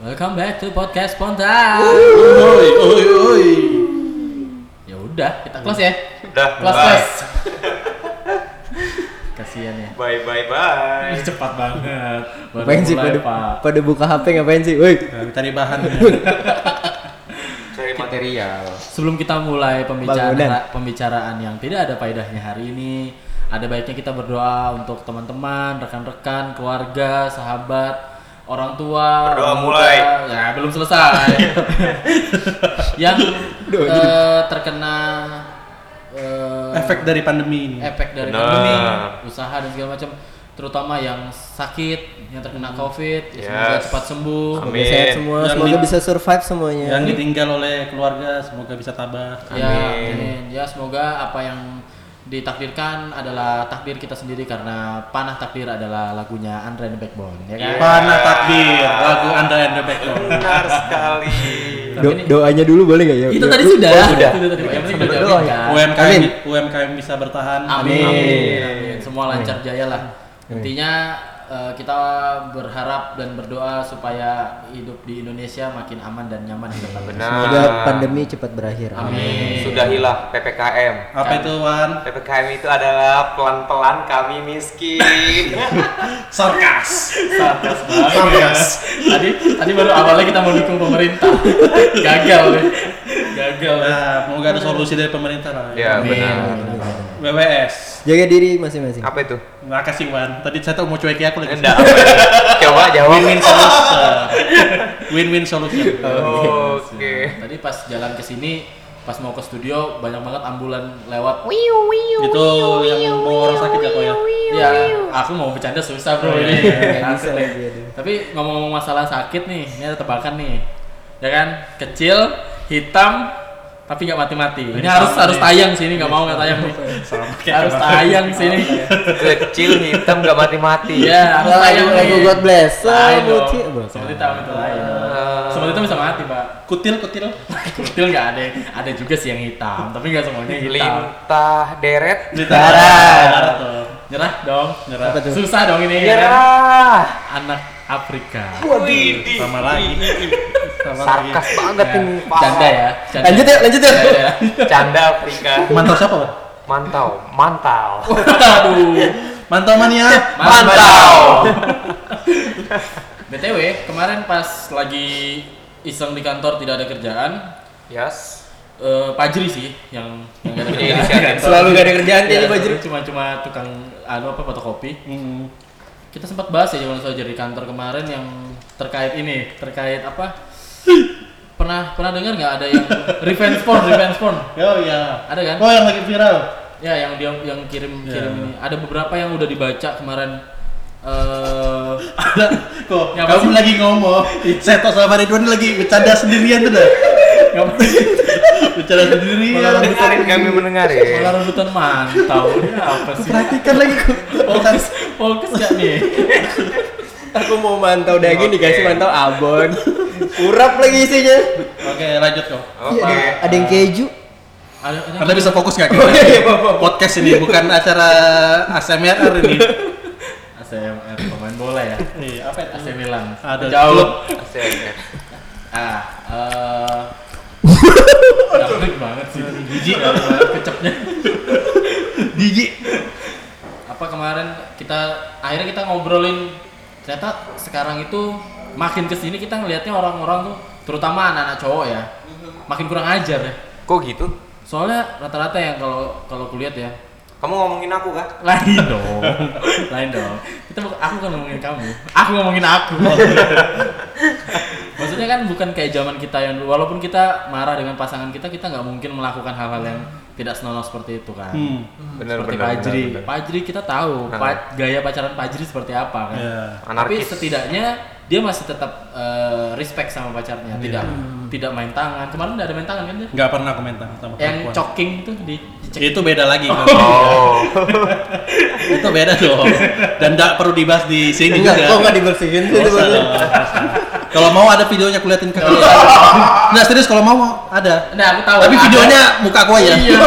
Welcome back to podcast spontan. Oi, oi, oi. Ya udah, kita close ya. Udah, Close bye. close. Kasihan ya. Bye bye bye. Cepat banget. Baru Ngapain sih mulai, pada, Pak. pada buka HP ngapain sih? Woi, Nah, Cari bahan. Cari material. Sebelum kita mulai pembicaraan Bangunan. pembicaraan yang tidak ada faedahnya hari ini, ada baiknya kita berdoa untuk teman-teman, rekan-rekan, keluarga, sahabat, orang tua. Berdoa orang muda. mulai. Ya, belum selesai. yang eh, terkena eh, Efek dari pandemi ini. efek dari Benar. pandemi, usaha dan segala macam, terutama yang sakit, yang terkena Covid, ya semoga Hmm. Yes. cepat sembuh. semoga sehat semua, Yang semoga di- bisa survive semuanya. Yang ditinggal oleh keluarga semoga bisa tabah. Ya, amin. Ya, semoga apa yang ditakdirkan adalah takdir kita sendiri karena panah takdir adalah lagunya Andre and the Backbone, ya kan? Iya. Panah takdir lagu Anda and the Backbone. Benar sekali. Tapi Do- ini- doanya dulu boleh nggak ya? itu Ya, tadi yuk. sudah. Oh, sudah. Itu tadi. Yang penting Sambil udah doa jawabin, ya. kan? UMKM Amin. UMKM bisa bertahan. Amin. Amin. Amin. Semua lancar jaya lah. Intinya eh, kita berharap dan berdoa supaya hidup di Indonesia makin aman dan nyaman. Semoga Benar. pandemi cepat berakhir. Amin. Sudahilah PPKM. Apa itu Wan? PPKM itu adalah pelan-pelan kami miskin. Sarkas. Sarkas banget. tadi tadi baru awalnya kita mau dukung pemerintah. Gagal deh. Gagal. deh. Nah, semoga ada solusi dari pemerintah lah. ya Amin. benar. WWS. Jaga diri masing-masing. Apa itu? Makasih Wan. Tadi saya tuh mau cuekin aku lagi. Enggak. apa itu? Coba jawab. Win-win solution. Win-win solution. Iya. Oke. Tadi pas jalan ke sini, pas mau ke studio banyak banget ambulan lewat. Itu yang mau orang sakit ya kok ya. Ya, aku mau bercanda susah Oh, bro ini. gitu. Nggak bisa lagi, aduh. Tapi ngomong-ngomong masalah sakit nih, ini ada tebakan nih. Ya kan, kecil, hitam, tapi nggak mati-mati. Ini harus harus iya. tayang sini, nggak mau nggak tayang nih. Harus tayang sini. Kecil hitam gak mati-mati. Iya, harus Lagu tayang lagu nih. God bless. Lain Sambut dong. hi- Bro. Seperti tahu itu lain. Eh, Seperti itu bisa mati, Pak. Kutil kutil. Kecil nggak ada. Ada juga sih yang hitam, tapi nggak semuanya hitam. Lintah deret. Ditarat. Ditarat tuh. Nyerah dong. Nyerah. Apa tuh? Susah dong ini. ya kan? Nyerah. Anak Afrika. Widih. Sama lagi. Sama lagi. Sarkas banget ini. Canda ya. Canda. Lanjut ya, lanjut ya. Canda ya. Canda Afrika. Mantau siapa? Wan? Mantau, mantau. Aduh. Mantau mania. Mantau. BTW, kemarin pas lagi iseng di kantor tidak ada kerjaan, Yes. eh, Pajri sih yang yang gak ada Punya kerjaan. inisiatif. Iya, Selalu gak ada kerjaan Ya, jadi baju. cuma cuma tukang anu apa fotokopi. Hmm. Kita sempat bahas ya jaman saja di kantor kemarin yang terkait ini, terkait apa? pernah pernah dengar nggak ada yang revenge porn, revenge porn? Oh iya. Ada kan? Oh yang lagi viral. Ya, yang dia yang kirim Ya. kirim ini. Ada beberapa yang udah dibaca kemarin. Eh, Ada. Kok Ya, apa kamu sih? lagi ngomong. Seto sama Ridwan lagi bercanda sendirian tuh dah. bercanda sendirian. Dengarin kami malah mendengarin. rebutan mantau. Ini apa sih? Perhatikan lagi kok. Fokus, fokus gak nih? Aku mau mantau daging Oke. dikasih mantau abon. Urap lagi isinya. Oke lanjut kok. Oke. Iya, Ada yang keju. Ada, ada- Anda bisa fokus nggak? Oh, iya, iya, Bapak. Podcast ini bukan acara ASMR ini. ACMR pemain bola ya. Iya, apa AC Milan. Ada jauh. klub. Iya. ACMR. Ah, eh Dapet banget sih. Jijik kecepnya. Gigi. Apa kemarin kita akhirnya kita ngobrolin ternyata sekarang itu makin kesini kita ngelihatnya orang-orang tuh terutama anak-anak cowok ya makin kurang ajar ya Kok gitu? soalnya rata-rata yang kalau kalau kulihat ya Kamu ngomongin aku kah? lain dong lain dong kita bukan aku kan ngomongin kamu aku ngomongin aku maksudnya kan bukan kayak zaman kita yang dulu walaupun kita marah dengan pasangan kita kita nggak mungkin melakukan hal-hal yang tidak senonoh seperti itu kan Hmm. Bener seperti bener. pajri bener, bener. pajri kita tahu pa- gaya pacaran pajri seperti apa kan Ya. tapi Anarkis. setidaknya dia masih tetap eh, respect sama pacarnya, Iya. tidak tidak main tangan. Kemarin nggak ada main tangan kan dia? Nggak pernah komentar Yang sama perempuan. choking tuh di dicek. Itu beda lagi. Oh. itu beda dong. Dan nggak perlu dibahas di sini Enggak, kok juga. nggak dibersihin sih itu Nggak usah, baru? nggak usah. Kalau mau ada videonya aku liatin ke kalian. Nggak serius kalau mau ada. Nah, aku tahu. Tapi ada. videonya muka aku aja. Iya.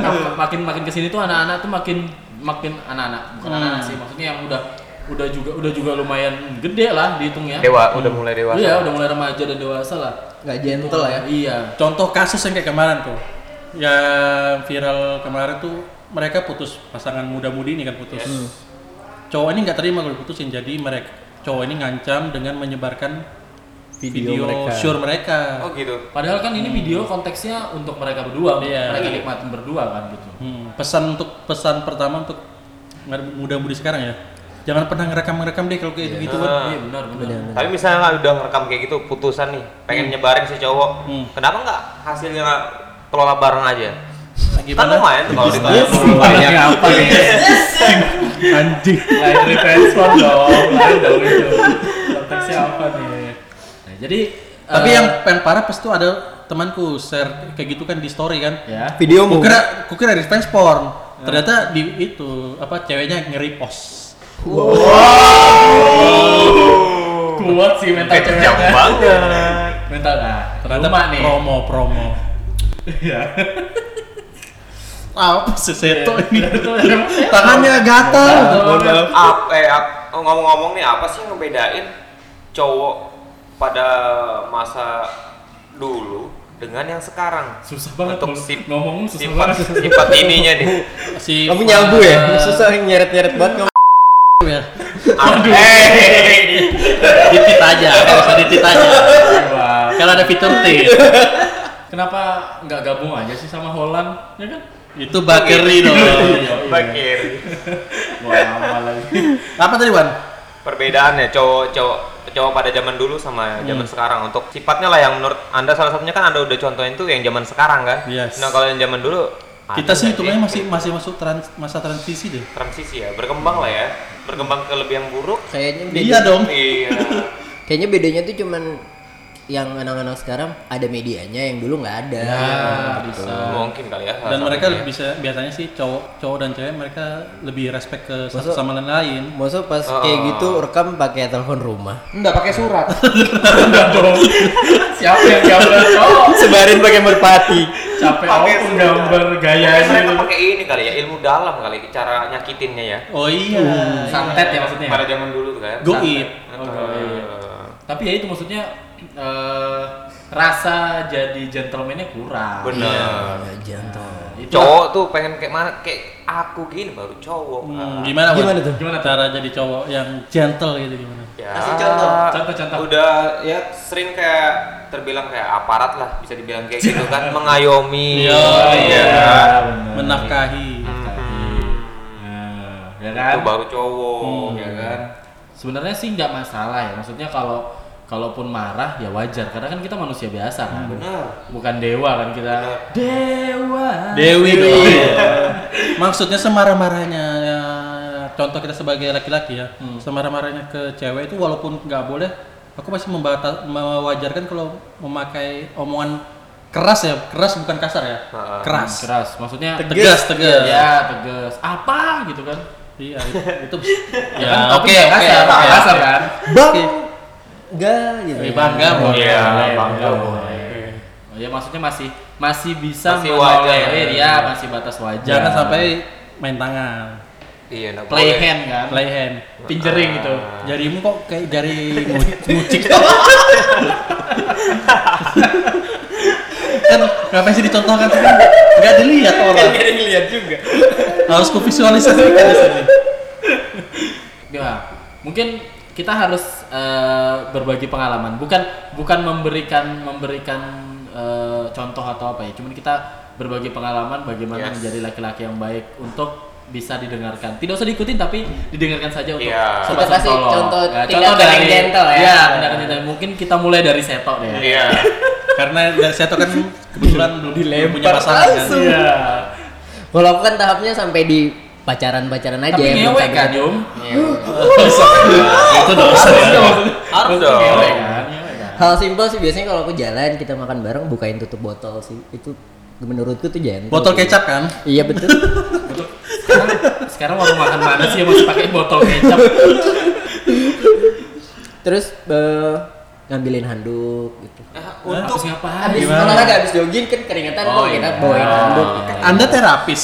Nah, makin makin kesini tuh anak-anak tuh makin makin anak-anak bukan Hmm. anak-anak sih maksudnya yang udah udah juga udah juga lumayan gede lah dihitung ya. Dewa, udah mulai dewasa. Iya, udah mulai remaja dan dewasa lah. Nggak gentle lah ya. Iya. Contoh kasus yang kayak kemarin tuh, yang viral kemarin tuh mereka putus pasangan muda-mudi ini kan putus. Cowok ini nggak terima kalau diputusin, jadi mereka cowok ini ngancam dengan menyebarkan video, sure mereka. Oh gitu. Padahal kan ini video konteksnya untuk mereka berdua, Iya. mereka nikmatin berdua kan gitu. Hmm, Pesan untuk pesan pertama untuk muda-mudi sekarang ya, jangan pernah ngerekam-ngerekam deh kalau kayak gitu kan. Iya benar benar. Tapi misalnya nggak udah ngerekam kayak gitu putusan nih, pengen nyebarin si cowok. Hmm. Kenapa nggak hasilnya nggak kelola bareng aja? Kan Gimana? Iya. lumayan tuh kalau ditanya. Banyak apa nih? Anjing. Lain respon dong, lain dong itu. Konteksnya apa nih? Nah, jadi Tapi eh, yang yang parah pas tuh ada temanku share kayak gitu kan di story kan. ya Video mu. Kukira kukira revenge porn. Ya. Ternyata di itu apa ceweknya nge-repost. kuat sih mental Jauh ceweknya. banget. Mental nah. Ternyata Cuma nih. promo promo. Iya. Apa sih seto ini? Tangannya gatal. Ap- eh, ap- ngomong-ngomong nih apa sih yang ngebedain cowok pada masa dulu dengan yang sekarang? Susah banget Untuk kalau sip- ngomong susah Sifat banget. sifat ininya nih. Si Kamu nyabu ya? Susah nyeret-nyeret banget kamu. ya. Aduh. Ah, Eh, Ditit aja, kalau usah ditit aja. Wah. Kalau ada fitur tit, Kenapa nggak gabung aja sih sama Holland? Ya kan? itu bakeri dong. Iya. Bakir. Wah, lama lagi. Apa tadi Wan? Perbedaannya cowok-cowok cowok pada zaman dulu sama zaman Hmm. sekarang untuk sifatnya lah yang menurut anda salah satunya kan anda udah contohin tuh yang zaman sekarang kan Yes. nah kalau yang zaman dulu ada Kita nggak sih hitungannya masih masih masuk trans, masa transisi deh. transisi ya berkembang lah ya berkembang ke lebih yang buruk Kayaknya beda. Iya dong. iya Kayaknya bedanya tuh cuman yang anak-anak sekarang ada medianya yang dulu nggak ada. Iya. bisa. mungkin kali ya dan salah mereka satunya. bisa biasanya sih cowok cowok dan cewek mereka lebih respect ke satu sama lain lain Maksudnya pas kayak gitu rekam pakai telepon rumah. Enggak pakai surat. Enggak dong. Siapa yang gambar cowok? Sebarin pakai merpati. Capek Pakai aku surat. gambar Mungkin gayanya Iya, mereka itu. pakai ini kali ya ilmu dalam kali cara nyakitinnya ya oh iya Santet ya maksudnya. pada zaman dulu tuh kan go eat Oh, goib. Tapi ya itu maksudnya eh, rasa jadi gentlemannya kurang. bener Ya, jantung. Itu cowok tuh pengen kayak mana kayak aku gini baru cowok Hmm, Ah. gimana Gimana Wan? tuh? gimana cara jadi cowok yang gentle gitu gimana ya Kasih contoh. Contoh-contoh. udah ya sering kayak terbilang kayak aparat lah bisa dibilang kayak gitu kan mengayomi Iya, Oh, iya kan? menafkahi Nah, ya itu kan? baru cowok ya kan sebenarnya sih nggak masalah ya maksudnya kalau kalaupun marah ya wajar karena kan kita manusia biasa kan bener bukan dewa kan kita dewa Dewi dong maksudnya semarah-marahnya ya, contoh kita sebagai laki-laki ya semarah-marahnya ke cewek itu walaupun nggak boleh aku masih membata- mewajarkan kalau memakai omongan keras ya keras bukan kasar ya Ha-ha. keras keras maksudnya tegas tegas ya tegas apa gitu kan Iya, itu Ya kan, tapi nggak kasar nggak kasar kan Bang. Enggak gitu. Lebih ya. bangga boleh. Iya, Boleh, bangga boleh. boleh. Oh, ya maksudnya masih masih bisa Masih wajar. menolerir, ya masih batas wajar Jangan sampai main tangan, iya nggak play boleh. hand kan play hand. pinjering gitu Jarimu kok kayak jari ngu- ngucik kan ngapain sih dicontohkan sih kan nggak dilihat orang Nggak ada yang lihat juga. harus ku visualisasikan di sini Ya, mungkin kita harus eh, berbagi pengalaman. Bukan bukan memberikan memberikan eh, contoh atau apa ya. Cuman kita berbagi pengalaman bagaimana Yes. menjadi laki-laki yang baik untuk bisa didengarkan. Tidak usah diikutin tapi didengarkan saja untuk Iya. sobat Kita kasih Sentolo. contoh Ya, tindakan yang gentle ya. Iya, tindakan yang gentle. Mungkin kita mulai dari setok deh. iya karena dari saya tuh kan Iya. kebetulan belum belum punya pasangan kan langsung. Kalau aku kan tahapnya sampai di pacaran-pacaran aja. ya, Tapi belum ngewe sampai- kan, Yum? itu dosa ya. Harus dong. ngewe kan, ngewe kan. Hal simpel sih biasanya kalau aku jalan kita makan bareng bukain tutup botol sih. Itu menurutku tuh jangan. Botol kecap kan? Iya betul. Untuk sekarang, sekarang warung makan mana sih yang masih pakai botol kecap? Terus eh, ngambilin handuk gitu. Untuk ngapain? Habis Gimana? olahraga habis jogging kan keringetan Oh, kok kita iya. bawain handuk. Anda terapis.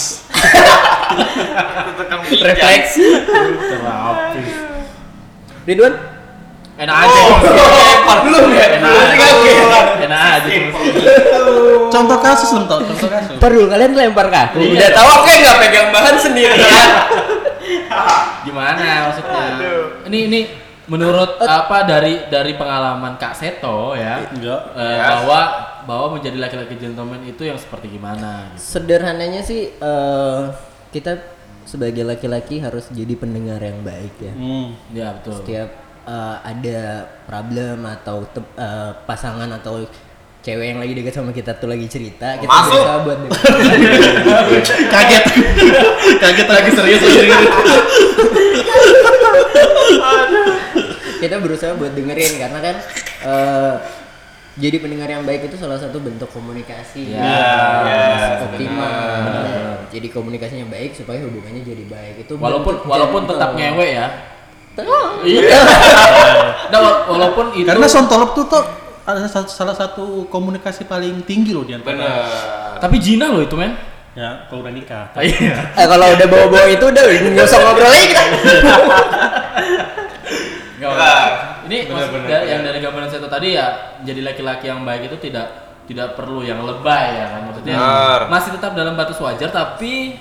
Tukang Refleks. Terapis. Ridwan? Enak aja. belum ya? Enak aja. Enak aja. Contoh kasus belum tau. Contoh kasus. Ntar dulu kalian lempar kaku. Iya. Udah tahu aku yang nggak pegang bahan sendiri ya. Gimana maksudnya? Ini ini menurut apa dari dari pengalaman Kak Seto ya? Enggak. eh, Yes. bahwa bahwa menjadi laki-laki gentleman itu yang seperti gimana gitu. Sederhananya sih eh, kita sebagai laki-laki harus jadi pendengar yang baik ya. Hmm. Ya betul. Setiap eh, ada problem atau te- eh, pasangan atau cewek yang lagi dekat sama kita tuh lagi cerita, kita Masuk. berusaha buat Kaget. Kaget lagi serius serius. kita berusaha buat dengerin karena kan eh, jadi pendengar yang baik itu salah satu bentuk Iya, komunikasi Ya, yang yes, optimal. Jadi komunikasinya baik supaya hubungannya jadi baik itu. Walaupun bentuk walaupun gentle. tetap ngewe ya. Tetap. Iya. Nah, wa- walaupun itu Karena sontolop tuh tuh ada sa- salah satu komunikasi paling tinggi loh di antara. Bener. tapi jina loh itu men. Ya, kalau udah nikah. Iya. Eh, kalau udah bawa-bawa itu udah nggak usah ngobrol lagi kita. Nggak apa-apa. Ini maksud dari- yang dari gambaran saya tadi ya jadi laki-laki yang baik itu tidak tidak perlu yang lebay ya kan maksudnya Benar. masih tetap dalam batas wajar tapi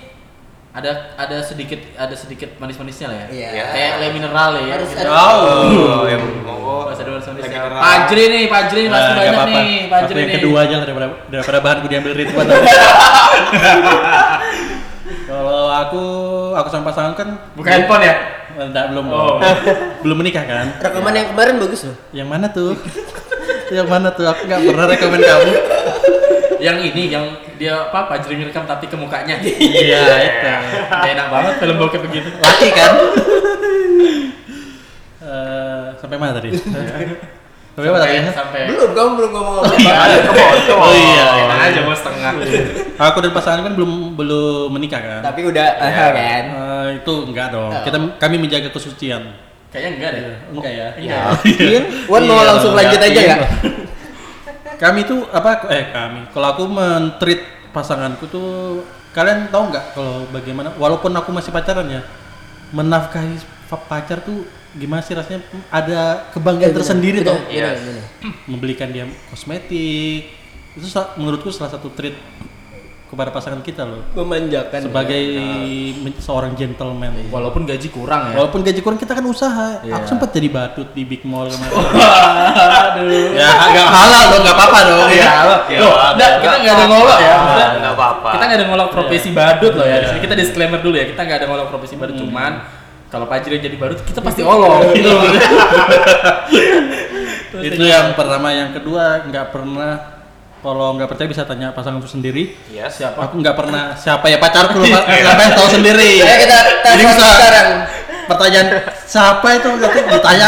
ada ada sedikit ada sedikit manis-manisnya lah ya. Iya. Kayak le mineral ya. Harus Gitu. ada. Oh, ya monggo. Bahasa dua Indonesia. ya. Lagi nerang. Pajri nih, Pajri nih pasti Nah, nggak banyak apa-apa. nih, Aku Pajri yang nih. kedua aja lah daripada daripada bahan gue diambil Ridwan. Kalau aku aku sama pasangan kan Buka handphone ya? enggak belum Oh. belum menikah kan? Rekaman yang kemarin bagus loh. Yang mana tuh? yang mana tuh? Aku nggak pernah rekomen kamu. Yang ini yang dia apa Pajri ngerekam tapi ke mukanya. Iya, itu. Nggak enak banget film bokep begitu. Laki kan? Eh, sampai mana tadi? sampai mana tadi? Sampai, sampai Belum, kamu belum ngomong Iya. apa. Oh iya. enak aja bos setengah. Aku dan pasangan kan belum belum menikah kan? Tapi udah eh, kan. Eh, itu enggak dong. Kita kami menjaga kesucian. Kayaknya enggak deh. Enggak ya. Yakin? Wan mau Iya, langsung lanjut aja yakin. nggak? Kami tuh apa eh kami. Kalau aku mentreat pasanganku tuh kalian tahu nggak kalau bagaimana walaupun aku masih pacaran ya menafkahi pa- pacar tuh gimana sih rasanya ada kebanggaan tersendiri tuh Iya. membelikan dia kosmetik itu sa- menurutku salah satu treat kepada pasangan kita loh Memanjakan. sebagai men- seorang gentleman Walaupun gaji kurang ya. Walaupun gaji kurang kita kan usaha. Iya. Aku sempat jadi badut di Big Mall kemarin. Aduh. ya agak halal dong, nggak apa-apa dong. Ya. Ya, Loh, enggak, kita nggak ada ngolok ya. Maksudnya, Enggak Iya, apa-apa. Kita nggak ada ngolok profesi badut loh ya. Di sini kita disclaimer dulu ya. Kita nggak ada ngolok profesi badut cuman kalau Pajri jadi badut kita pasti olong. Gitu. Itu yang pertama, yang kedua nggak pernah kalau nggak percaya bisa tanya pasanganku sendiri. Iya, siap. Siapa? Iya. Aku nggak pernah siapa ya pacarku loh, Pak. siapa yang tahu sendiri. Ayo kita Jadi telepon bisa sekarang. pertanyaan siapa itu nanti ditanya,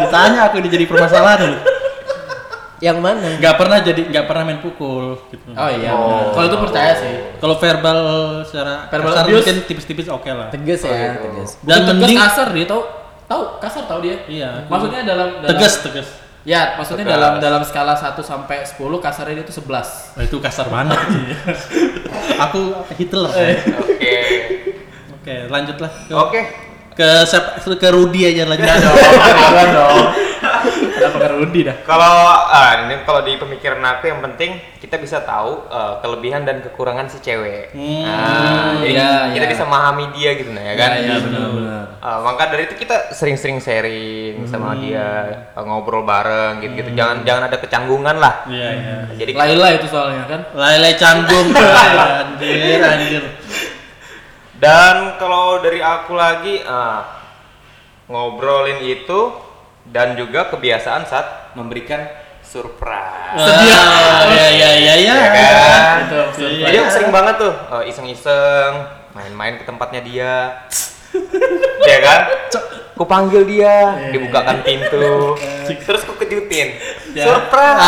ditanya aku ini jadi permasalahan. dulu. Yang mana? Nggak pernah jadi nggak pernah main pukul. Gitu. Oh iya. benar. Kalau itu percaya sih. Kalau verbal secara Verbal kasar abuse? mungkin tipis-tipis oke lah. Tegas ya, tegas. Dan tegas Dan mending kasar dia tahu tahu kasar tahu dia. Iya. Maksudnya dalam, dalam tegas tegas. Ya, maksudnya Tegas. dalam dalam skala 1 sampai 10 kasarnya dia tuh 11. Wah, Nah, itu kasar banget. Aku Hitler. Eh. Oke. Oke, lanjutlah ke Oke. ke siapa- ke Rudi aja lanjut. Iya, Enggak dong. Kenapa ke Rudi dah? Kalau ah, ini kalau di pemikiran aku yang penting kita bisa tahu eh, kelebihan dan kekurangan si cewek. Hmm, Nah, jadi iya, kita iya. bisa memahami dia gitu nah ya kan. Iya, iya, benar benar. Eh, maka dari itu kita sering-sering sharing sama dia, eh, ngobrol bareng gitu-gitu. Jangan jangan ada kecanggungan lah. Iya, iya. Jadi Laila itu soalnya kan. Lele canggung. anjir, anjir. Dan kalau dari aku lagi ah, ngobrolin itu dan juga kebiasaan saat memberikan surprise. Sedia. Ya, ya, ya, ya. Ya kan? Ah, iya. Betul, betul. Iya. Jadi aku sering banget tuh eh, iseng-iseng main-main ke tempatnya dia ya kan ku panggil dia Iya. dibukakan pintu terus ku kejutin Ah, Ya. surprise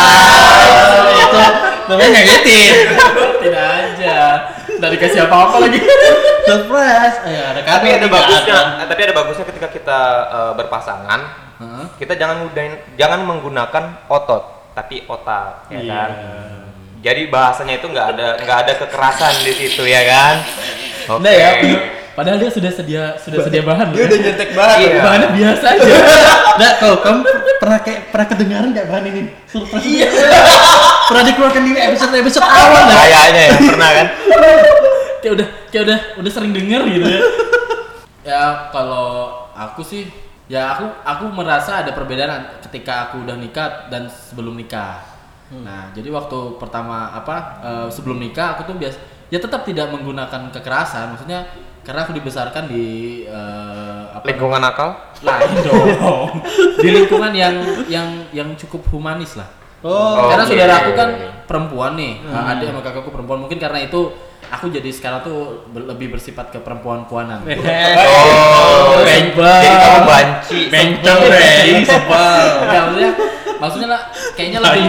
itu namanya ngagetin. Tidak aja. Tidak dikasih apa-apa lagi. Surprise. Eh, ada tapi kado, ada tidak bagusnya Ah, ada. tapi ada bagusnya ketika kita eh, berpasangan kita jangan mudahin jangan menggunakan otot tapi otak ya Iya. kan jadi bahasanya itu nggak ada nggak ada kekerasan di situ ya kan oke Nah, ya. Padahal dia sudah sedia sudah sedia bahan. Dia ya. udah nyetek banget. Iya. Bahannya biasa aja. Nah, kalau kamu pernah kayak pernah kedengaran nggak bahan ini? Surprise. Iya. pernah dikeluarkan di episode episode awal nggak? kayaknya ya pernah kan kayak udah kayak udah udah sering denger gitu ya. ya kalau aku sih ya aku aku merasa ada perbedaan an- ketika aku udah nikah dan sebelum nikah. Nah, jadi waktu pertama apa eh, sebelum nikah aku tuh biasa ya tetap tidak menggunakan kekerasan, maksudnya karena aku dibesarkan di eh, apa lingkungan akal lain dong di lingkungan yang yang yang cukup humanis lah Oh. karena Oke. saudara aku kan perempuan nih ada adik sama kakakku perempuan mungkin karena itu aku jadi sekarang tuh be- lebih bersifat ke perempuan-puanan Eh, oh Bang. jadi kamu banci Bencong reng, sebel. Enggak, Ya, maksudnya maksudnya lah kayaknya lebih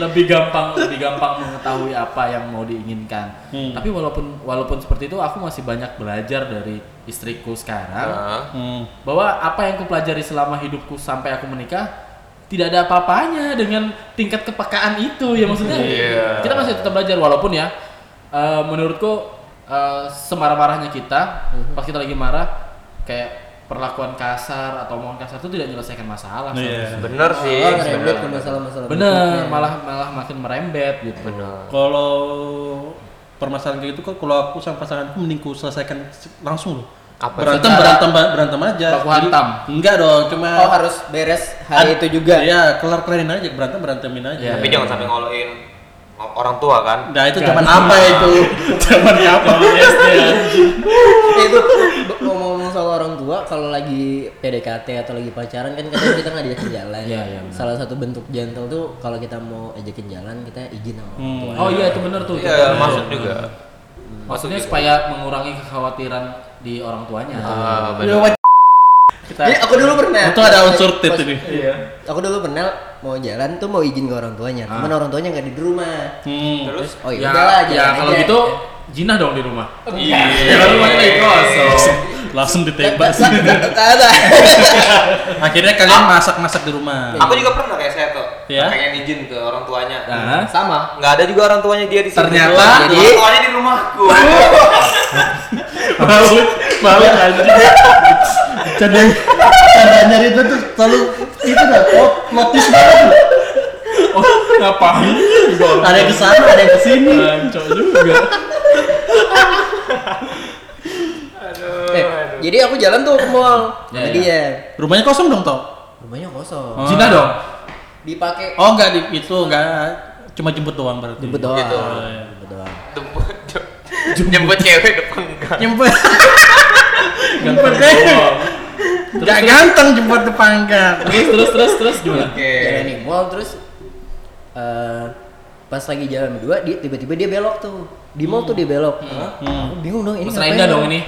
lebih gampang lebih gampang mengetahui apa yang mau diinginkan. Tapi walaupun walaupun seperti itu aku masih banyak belajar dari istriku sekarang Nah, Hmm. bahwa apa yang kupelajari selama hidupku sampai aku menikah tidak ada apa-apanya dengan tingkat kepekaan itu ya maksudnya Iya. kita masih tetap belajar walaupun ya eh, menurutku eh, semarah-marahnya kita Mhm. pas kita lagi marah kayak perlakuan kasar atau omongan kasar itu tidak menyelesaikan masalah Iya. bener sih Oh, bener ribet ke masalah-masalah. bener malah malah makin merembet gitu Kalau permasalahan kayak gitu kok kalau aku sama pasanganku mending ku selesaikan se- langsung loh. Apa berantem, secara- berantem ba- berantem aja. Baku Jadi- hantam. Enggak dong, cuma Oh harus beres Oh, hari itu juga. Iya, kelar-kelarin aja, berantem berantemin aja. Iya. tapi jangan sampai ngoloin orang tua kan Nah, itu zaman apa itu? Zamannya apa? SD ya. Eh, itu b- ngomong-ngomong soal orang tua kalau lagi PDKT atau lagi pacaran kan kadang kita ngajakin jalan. Iya, iya, benar. Salah satu bentuk gentle tuh kalau kita mau ajakin jalan kita izin sama orang Hmm. tua. oh iya itu bener tuh iya masuk juga maksudnya supaya mengurangi kekhawatiran di orang tuanya Ah, kita bener. Jadi Iya, aku dulu pernah. Itu ada unsur tit Pas- ini. Iya. Aku dulu pernah mau jalan tuh mau izin ke orang tuanya. Cuman orang tuanya nggak ada di rumah. Hmm. terus Oh iya. ya, udahlah, ya jalan kalau aja. gitu jinah dong di rumah Ya, iya Kalau rumahnya lagi kosong. Langsung ditembak Nggak, sih. nggak, nggak ada. Akhirnya kalian masak-masak di rumah. aku juga pernah kayak saya tuh Iya. pengen izin ke orang tuanya Nah, Sama. nggak ada juga orang tuanya dia di sini Ternyata- Jadi- orang tuanya di rumahku Malu, malu anjing. Canda, candanya itu tuh selalu itu dah plot plotis banget. Oh, ngapain? Ada yang kesana, ada yang kesini. Bancok juga. Eh, jadi aku jalan tuh ke mall. Ya, Jadi ya Rumahnya kosong dong toh? rumahnya kosong. Oh. Cina dong. Dipakai Oh enggak di itu enggak cuma jemput doang berarti. jemput doang. Gitu. Jemput doang. jemput jemput cewek depan gang Jemput. Jemput deh. Enggak ganteng jemput tetangga. Terus terus terus terus gimana? oke Jalan di mall terus eh, pas lagi jalan berdua dia tiba-tiba dia belok tuh. Di mall tuh dia belok. Aku bingung dong Mas ini ngapain Rainda ya? dong ini.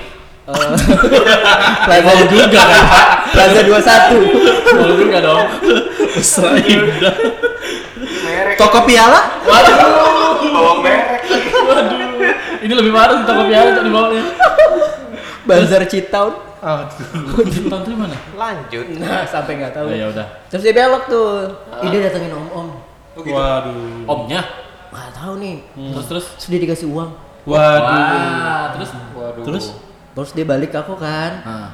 Eh, Plaza juga kan. Plaza 21. Mau juga dong. merek Toko piala? waduh bawa merek Waduh. Ini lebih parah sih toko piala tuh di bawahnya. Bazar Citaun. Tonton tuh mana? lanjut Nah, sampai nggak Oh tahu. ya udah. Terus dia belok tuh. Ih, dia datengin om-om. Waduh. Omnya. Nggak tahu nih. Terus terus. Terus dia dikasih uang. Waduh. Wah, terus. waduh Terus Terus dia balik ke aku kan. Nah,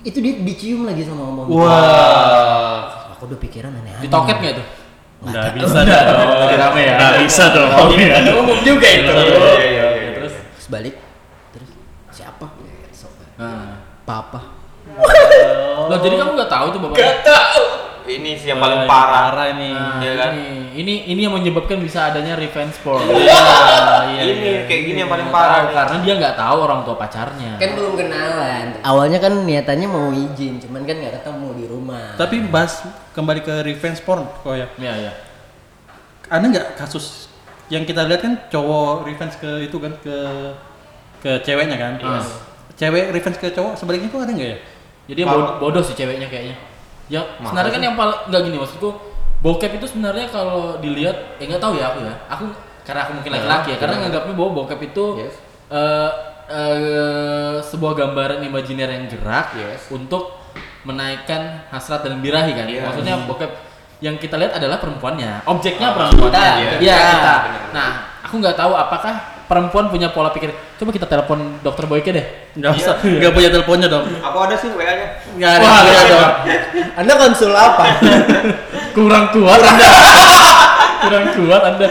Itu dia dicium lagi sama om-om. wah. Aku udah pikiran aneh-aneh. ditoket nggak tuh? Enggak bisa dong. Lagi rame ya. Enggak bisa dong. Ya. Umum juga itu. Iya, iya, iya, iya. Terus. Terus balik. Terus siapa? Ya, sok. Nah. Papa. Loh, jadi kamu nggak tahu tuh bapaknya? Gak tahu. Ini sih yang paling Iya, parah. ini. Nah, Iya kan? ini, ini ini yang menyebabkan bisa adanya revenge porn. Iya, Ini kayak gini yang paling Nggak parah. tahu, Iya, Karena dia nggak tahu orang tua pacarnya. Kan belum kenalan. Awalnya kan niatannya mau izin, cuman kan nggak ketemu di rumah. Tapi bahas kembali ke revenge porn kok ya. Iya, iya. Ada nggak kasus yang kita lihat kan cowok revenge ke itu kan ke ke ke ceweknya kan. Yes. Cewek revenge ke cowok sebaliknya itu ada nggak ya? Jadi yang bod- bodoh sih ceweknya kayaknya. Ya, sebenarnya kan yang paling nggak gini maksudku. Bokep itu sebenarnya kalau dilihat, ya nggak tahu ya aku ya. Aku karena aku mungkin laki-laki ya, karena nganggapnya bahwa bokep itu Yes. eh, eh, sebuah gambaran imajiner yang gerak Yes. untuk menaikkan hasrat dan birahi kan. Maksudnya bokep yang kita lihat adalah perempuannya, objeknya perempuannya. iya. Iya. Iya. kita. Nah, aku nggak tahu apakah perempuan punya pola pikir. Coba kita telepon dokter Boyke deh. Nggak usah, Iya. nggak punya teleponnya dong. Aku ada sih WA-nya. Nggak ada, Wah, nggak ada. iya. Anda konsul apa? kurang kuat anda kurang kuat anda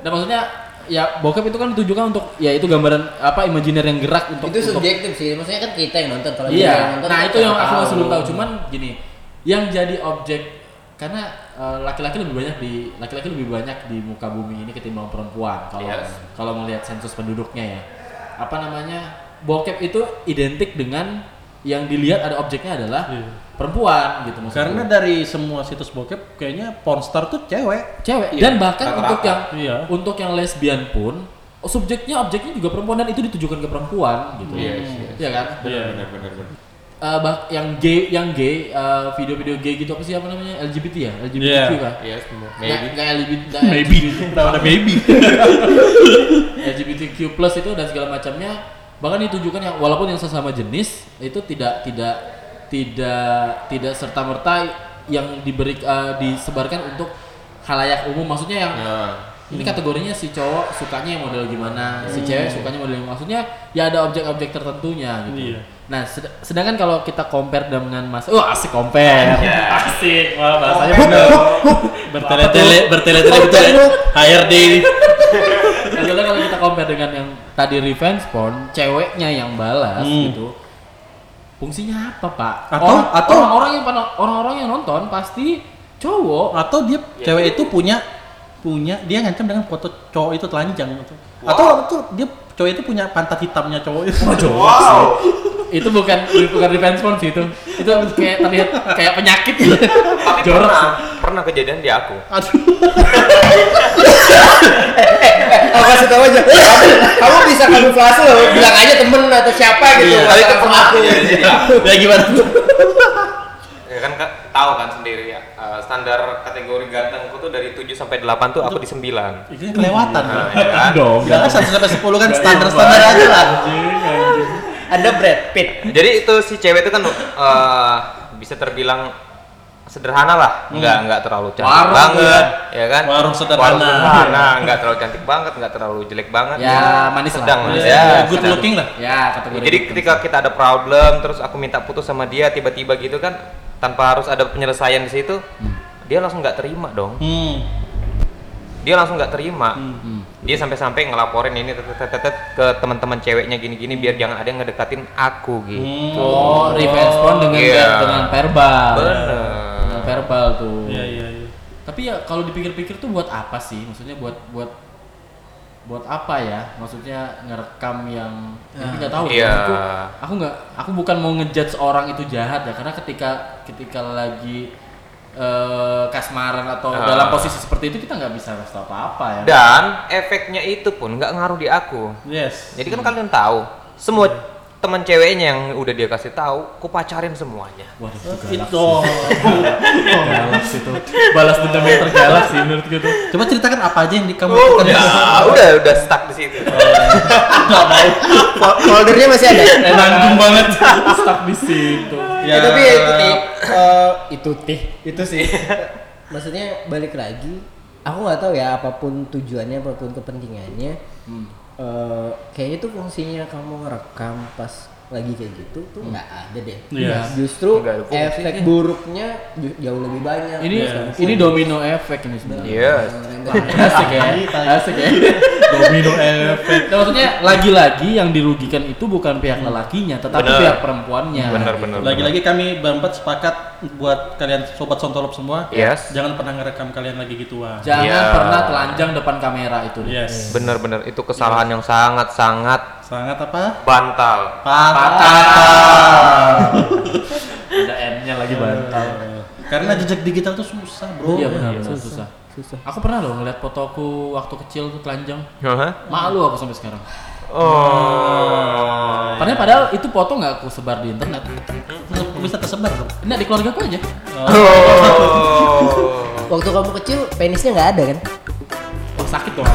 nah maksudnya ya bokep itu kan ditujukan untuk ya itu gambaran apa imajiner yang gerak untuk itu untuk- subjektif sih. Maksudnya kan kita yang nonton kalau dia yang iya nonton. nah kita itu yang nggak aku masih belum tahu cuman gini yang jadi objek karena eh, laki-laki lebih banyak di laki-laki lebih banyak di muka bumi ini ketimbang perempuan kalau kalau melihat sensus penduduknya ya apa namanya bokep itu identik dengan yang dilihat ada objeknya adalah perempuan gitu maksudnya Karena dari semua situs bokep kayaknya pornstar tuh cewek. cewek dan bahkan Iya, rata-rata. untuk yang Iya. untuk yang lesbian pun oh, subjeknya objeknya juga perempuan dan itu ditujukan ke perempuan gitu Iya kan Iya. Eh, bah- yang gay yang gay eh, video-video gay gitu apa sih apa namanya LGBT ya LGBTQ Iya. kan Yes, Nggak- maybe. nggak LGBT nggak Maybe. Kita ada baby. LGBTQ plus itu dan segala macamnya bahkan ditujukan yang walaupun yang sesama jenis itu tidak tidak tidak tidak serta merta yang diberi eh, disebarkan untuk halayak umum maksudnya yang Nah. ini kategorinya si cowok sukanya yang model gimana si cewek Hmm. sukanya model yang maksudnya ya ada objek-objek tertentunya gitu Iya. nah sed- sedangkan kalau kita compare dengan mas oh asik compare Iya. Asik, wah bahasanya Huk, bener. huk, huk. Bertele-tele, bertele-tele betul ya. HRD ini. Maksudnya Nah, kalau kita compare dengan yang tadi revenge porn, ceweknya yang balas Hmm. gitu. Fungsinya apa, Pak? Atau- orang, atau- orang-orang yang pan- orang-orang yang nonton pasti cowok. Atau dia cewek itu punya punya dia ngancam dengan foto cowok itu telanjang gitu. Atau tuh dia cowok itu punya pantat hitamnya cowok itu. Wow. itu bukan bukan revenge porn sih itu. Itu kayak terlihat kayak penyakit gitu. Tapi Jorok pernah, pernah kejadian di aku. Aduh. Tahu. Oh, kasih tahu aja. Kamu, kamu bisa kamuflase loh. Iya. Bilang aja temen atau siapa gitu. Iya, tapi itu Langsung pernah aku. kejadian di aku. Ya gimana tuh? Ya kan Kak, tahu kan sendiri ya. eh, standar kategori gantengku tuh dari 7 sampai 8 tuh aku di 9. Ini kelewatan kan. Nah, ya kan? Dong. Jangan 1 sampai 10 kan standar-standar aja lah. Anda Brad Pitt. Jadi itu si cewek itu kan eh, bisa terbilang sederhana lah, nggak nggak terlalu cantik Warung banget, ya. kan? Hmm. Warung sederhana. Iya. Warung sederhana, nggak terlalu cantik banget, nggak terlalu jelek banget. Ya, manis lah. sedang Manis. ya. Ya, good sedang. looking lah. Ya, kategori Jadi gitu. ketika kita ada problem, terus aku minta putus sama dia tiba-tiba gitu kan, tanpa harus ada penyelesaian di situ, Hmm. dia langsung nggak terima dong. Hmm. Dia langsung nggak terima. Hmm. Dia sampai-sampai ngelaporin ini tet- tet- tet- tet ke teman-teman ceweknya gini-gini biar jangan ada yang ngedekatin aku gitu. Hmm. Oh, revenge porn dengan Iya. dengan verbal. Dengan Bener. verbal tuh. Iya iya iya. Tapi ya kalau dipikir-pikir tuh buat apa sih? Maksudnya buat buat buat apa ya? Maksudnya ngerekam yang Ah. ini nggak tahu. sih. Iya. Maksudku, Aku nggak, aku bukan mau ngejudge orang itu jahat ya, karena ketika ketika lagi eh, kasmaran atau Ah. dalam posisi seperti itu kita nggak bisa ngasih tau apa-apa ya. Dan efeknya itu pun nggak ngaruh di aku. Yes. Jadi kan kalian tahu, semua teman ceweknya yang udah dia kasih tahu, ku pacarin semuanya. Wah, itu galak Itu. sih. Galak sih Oh, tuh. Balas dendam yang tergalak sih menurut gue tuh. Coba ceritakan apa aja yang di Oh, kamu lakukan. udah, udah, udah stuck di situ. Fol- Foldernya masih ada. Eh, Nanggung banget. Stuck di situ. Ya, tapi itu tih, eh, itu tih, itu sih. Maksudnya balik lagi, aku nggak tahu ya apapun tujuannya, apapun kepentingannya. eh, kayaknya tuh fungsinya kamu ngerekam pas lagi kayak gitu tuh nggak ada deh. Nah, Iya. Justru Nggak ada fungsinya. efek buruknya ju- jauh lebih banyak. Nah, Ini ini domino efek ini sebenarnya. Yes. gitu. Asik ya. Asik ya. Domino efek. Nah, maksudnya lagi-lagi yang dirugikan itu bukan pihak lelakinya, tetapi Bener. pihak perempuannya. Bener, bener. Lagi-lagi kami berempat sepakat buat kalian sobat sontolop semua. Yes. Jangan pernah ngerekam kalian lagi gituan. Jangan Iya. pernah telanjang depan kamera itu. deh. Yes. Bener-bener itu kesalahan yang sangat-sangat Sangat apa? bantal. Ah. Patah. Ada M-nya lagi bantal. Karena jejak digital tuh susah, Bro. Iya benar, benar, susah. Aku pernah loh ngeliat fotoku waktu kecil tuh telanjang. Hah? Malu aku sampai sekarang. Oh. Padahal, padahal itu foto nggak aku sebar di internet. Bisa tersebar dong. Enggak di keluarga aku aja. Oh. Waktu kamu kecil penisnya nggak ada kan? Wah sakit dong.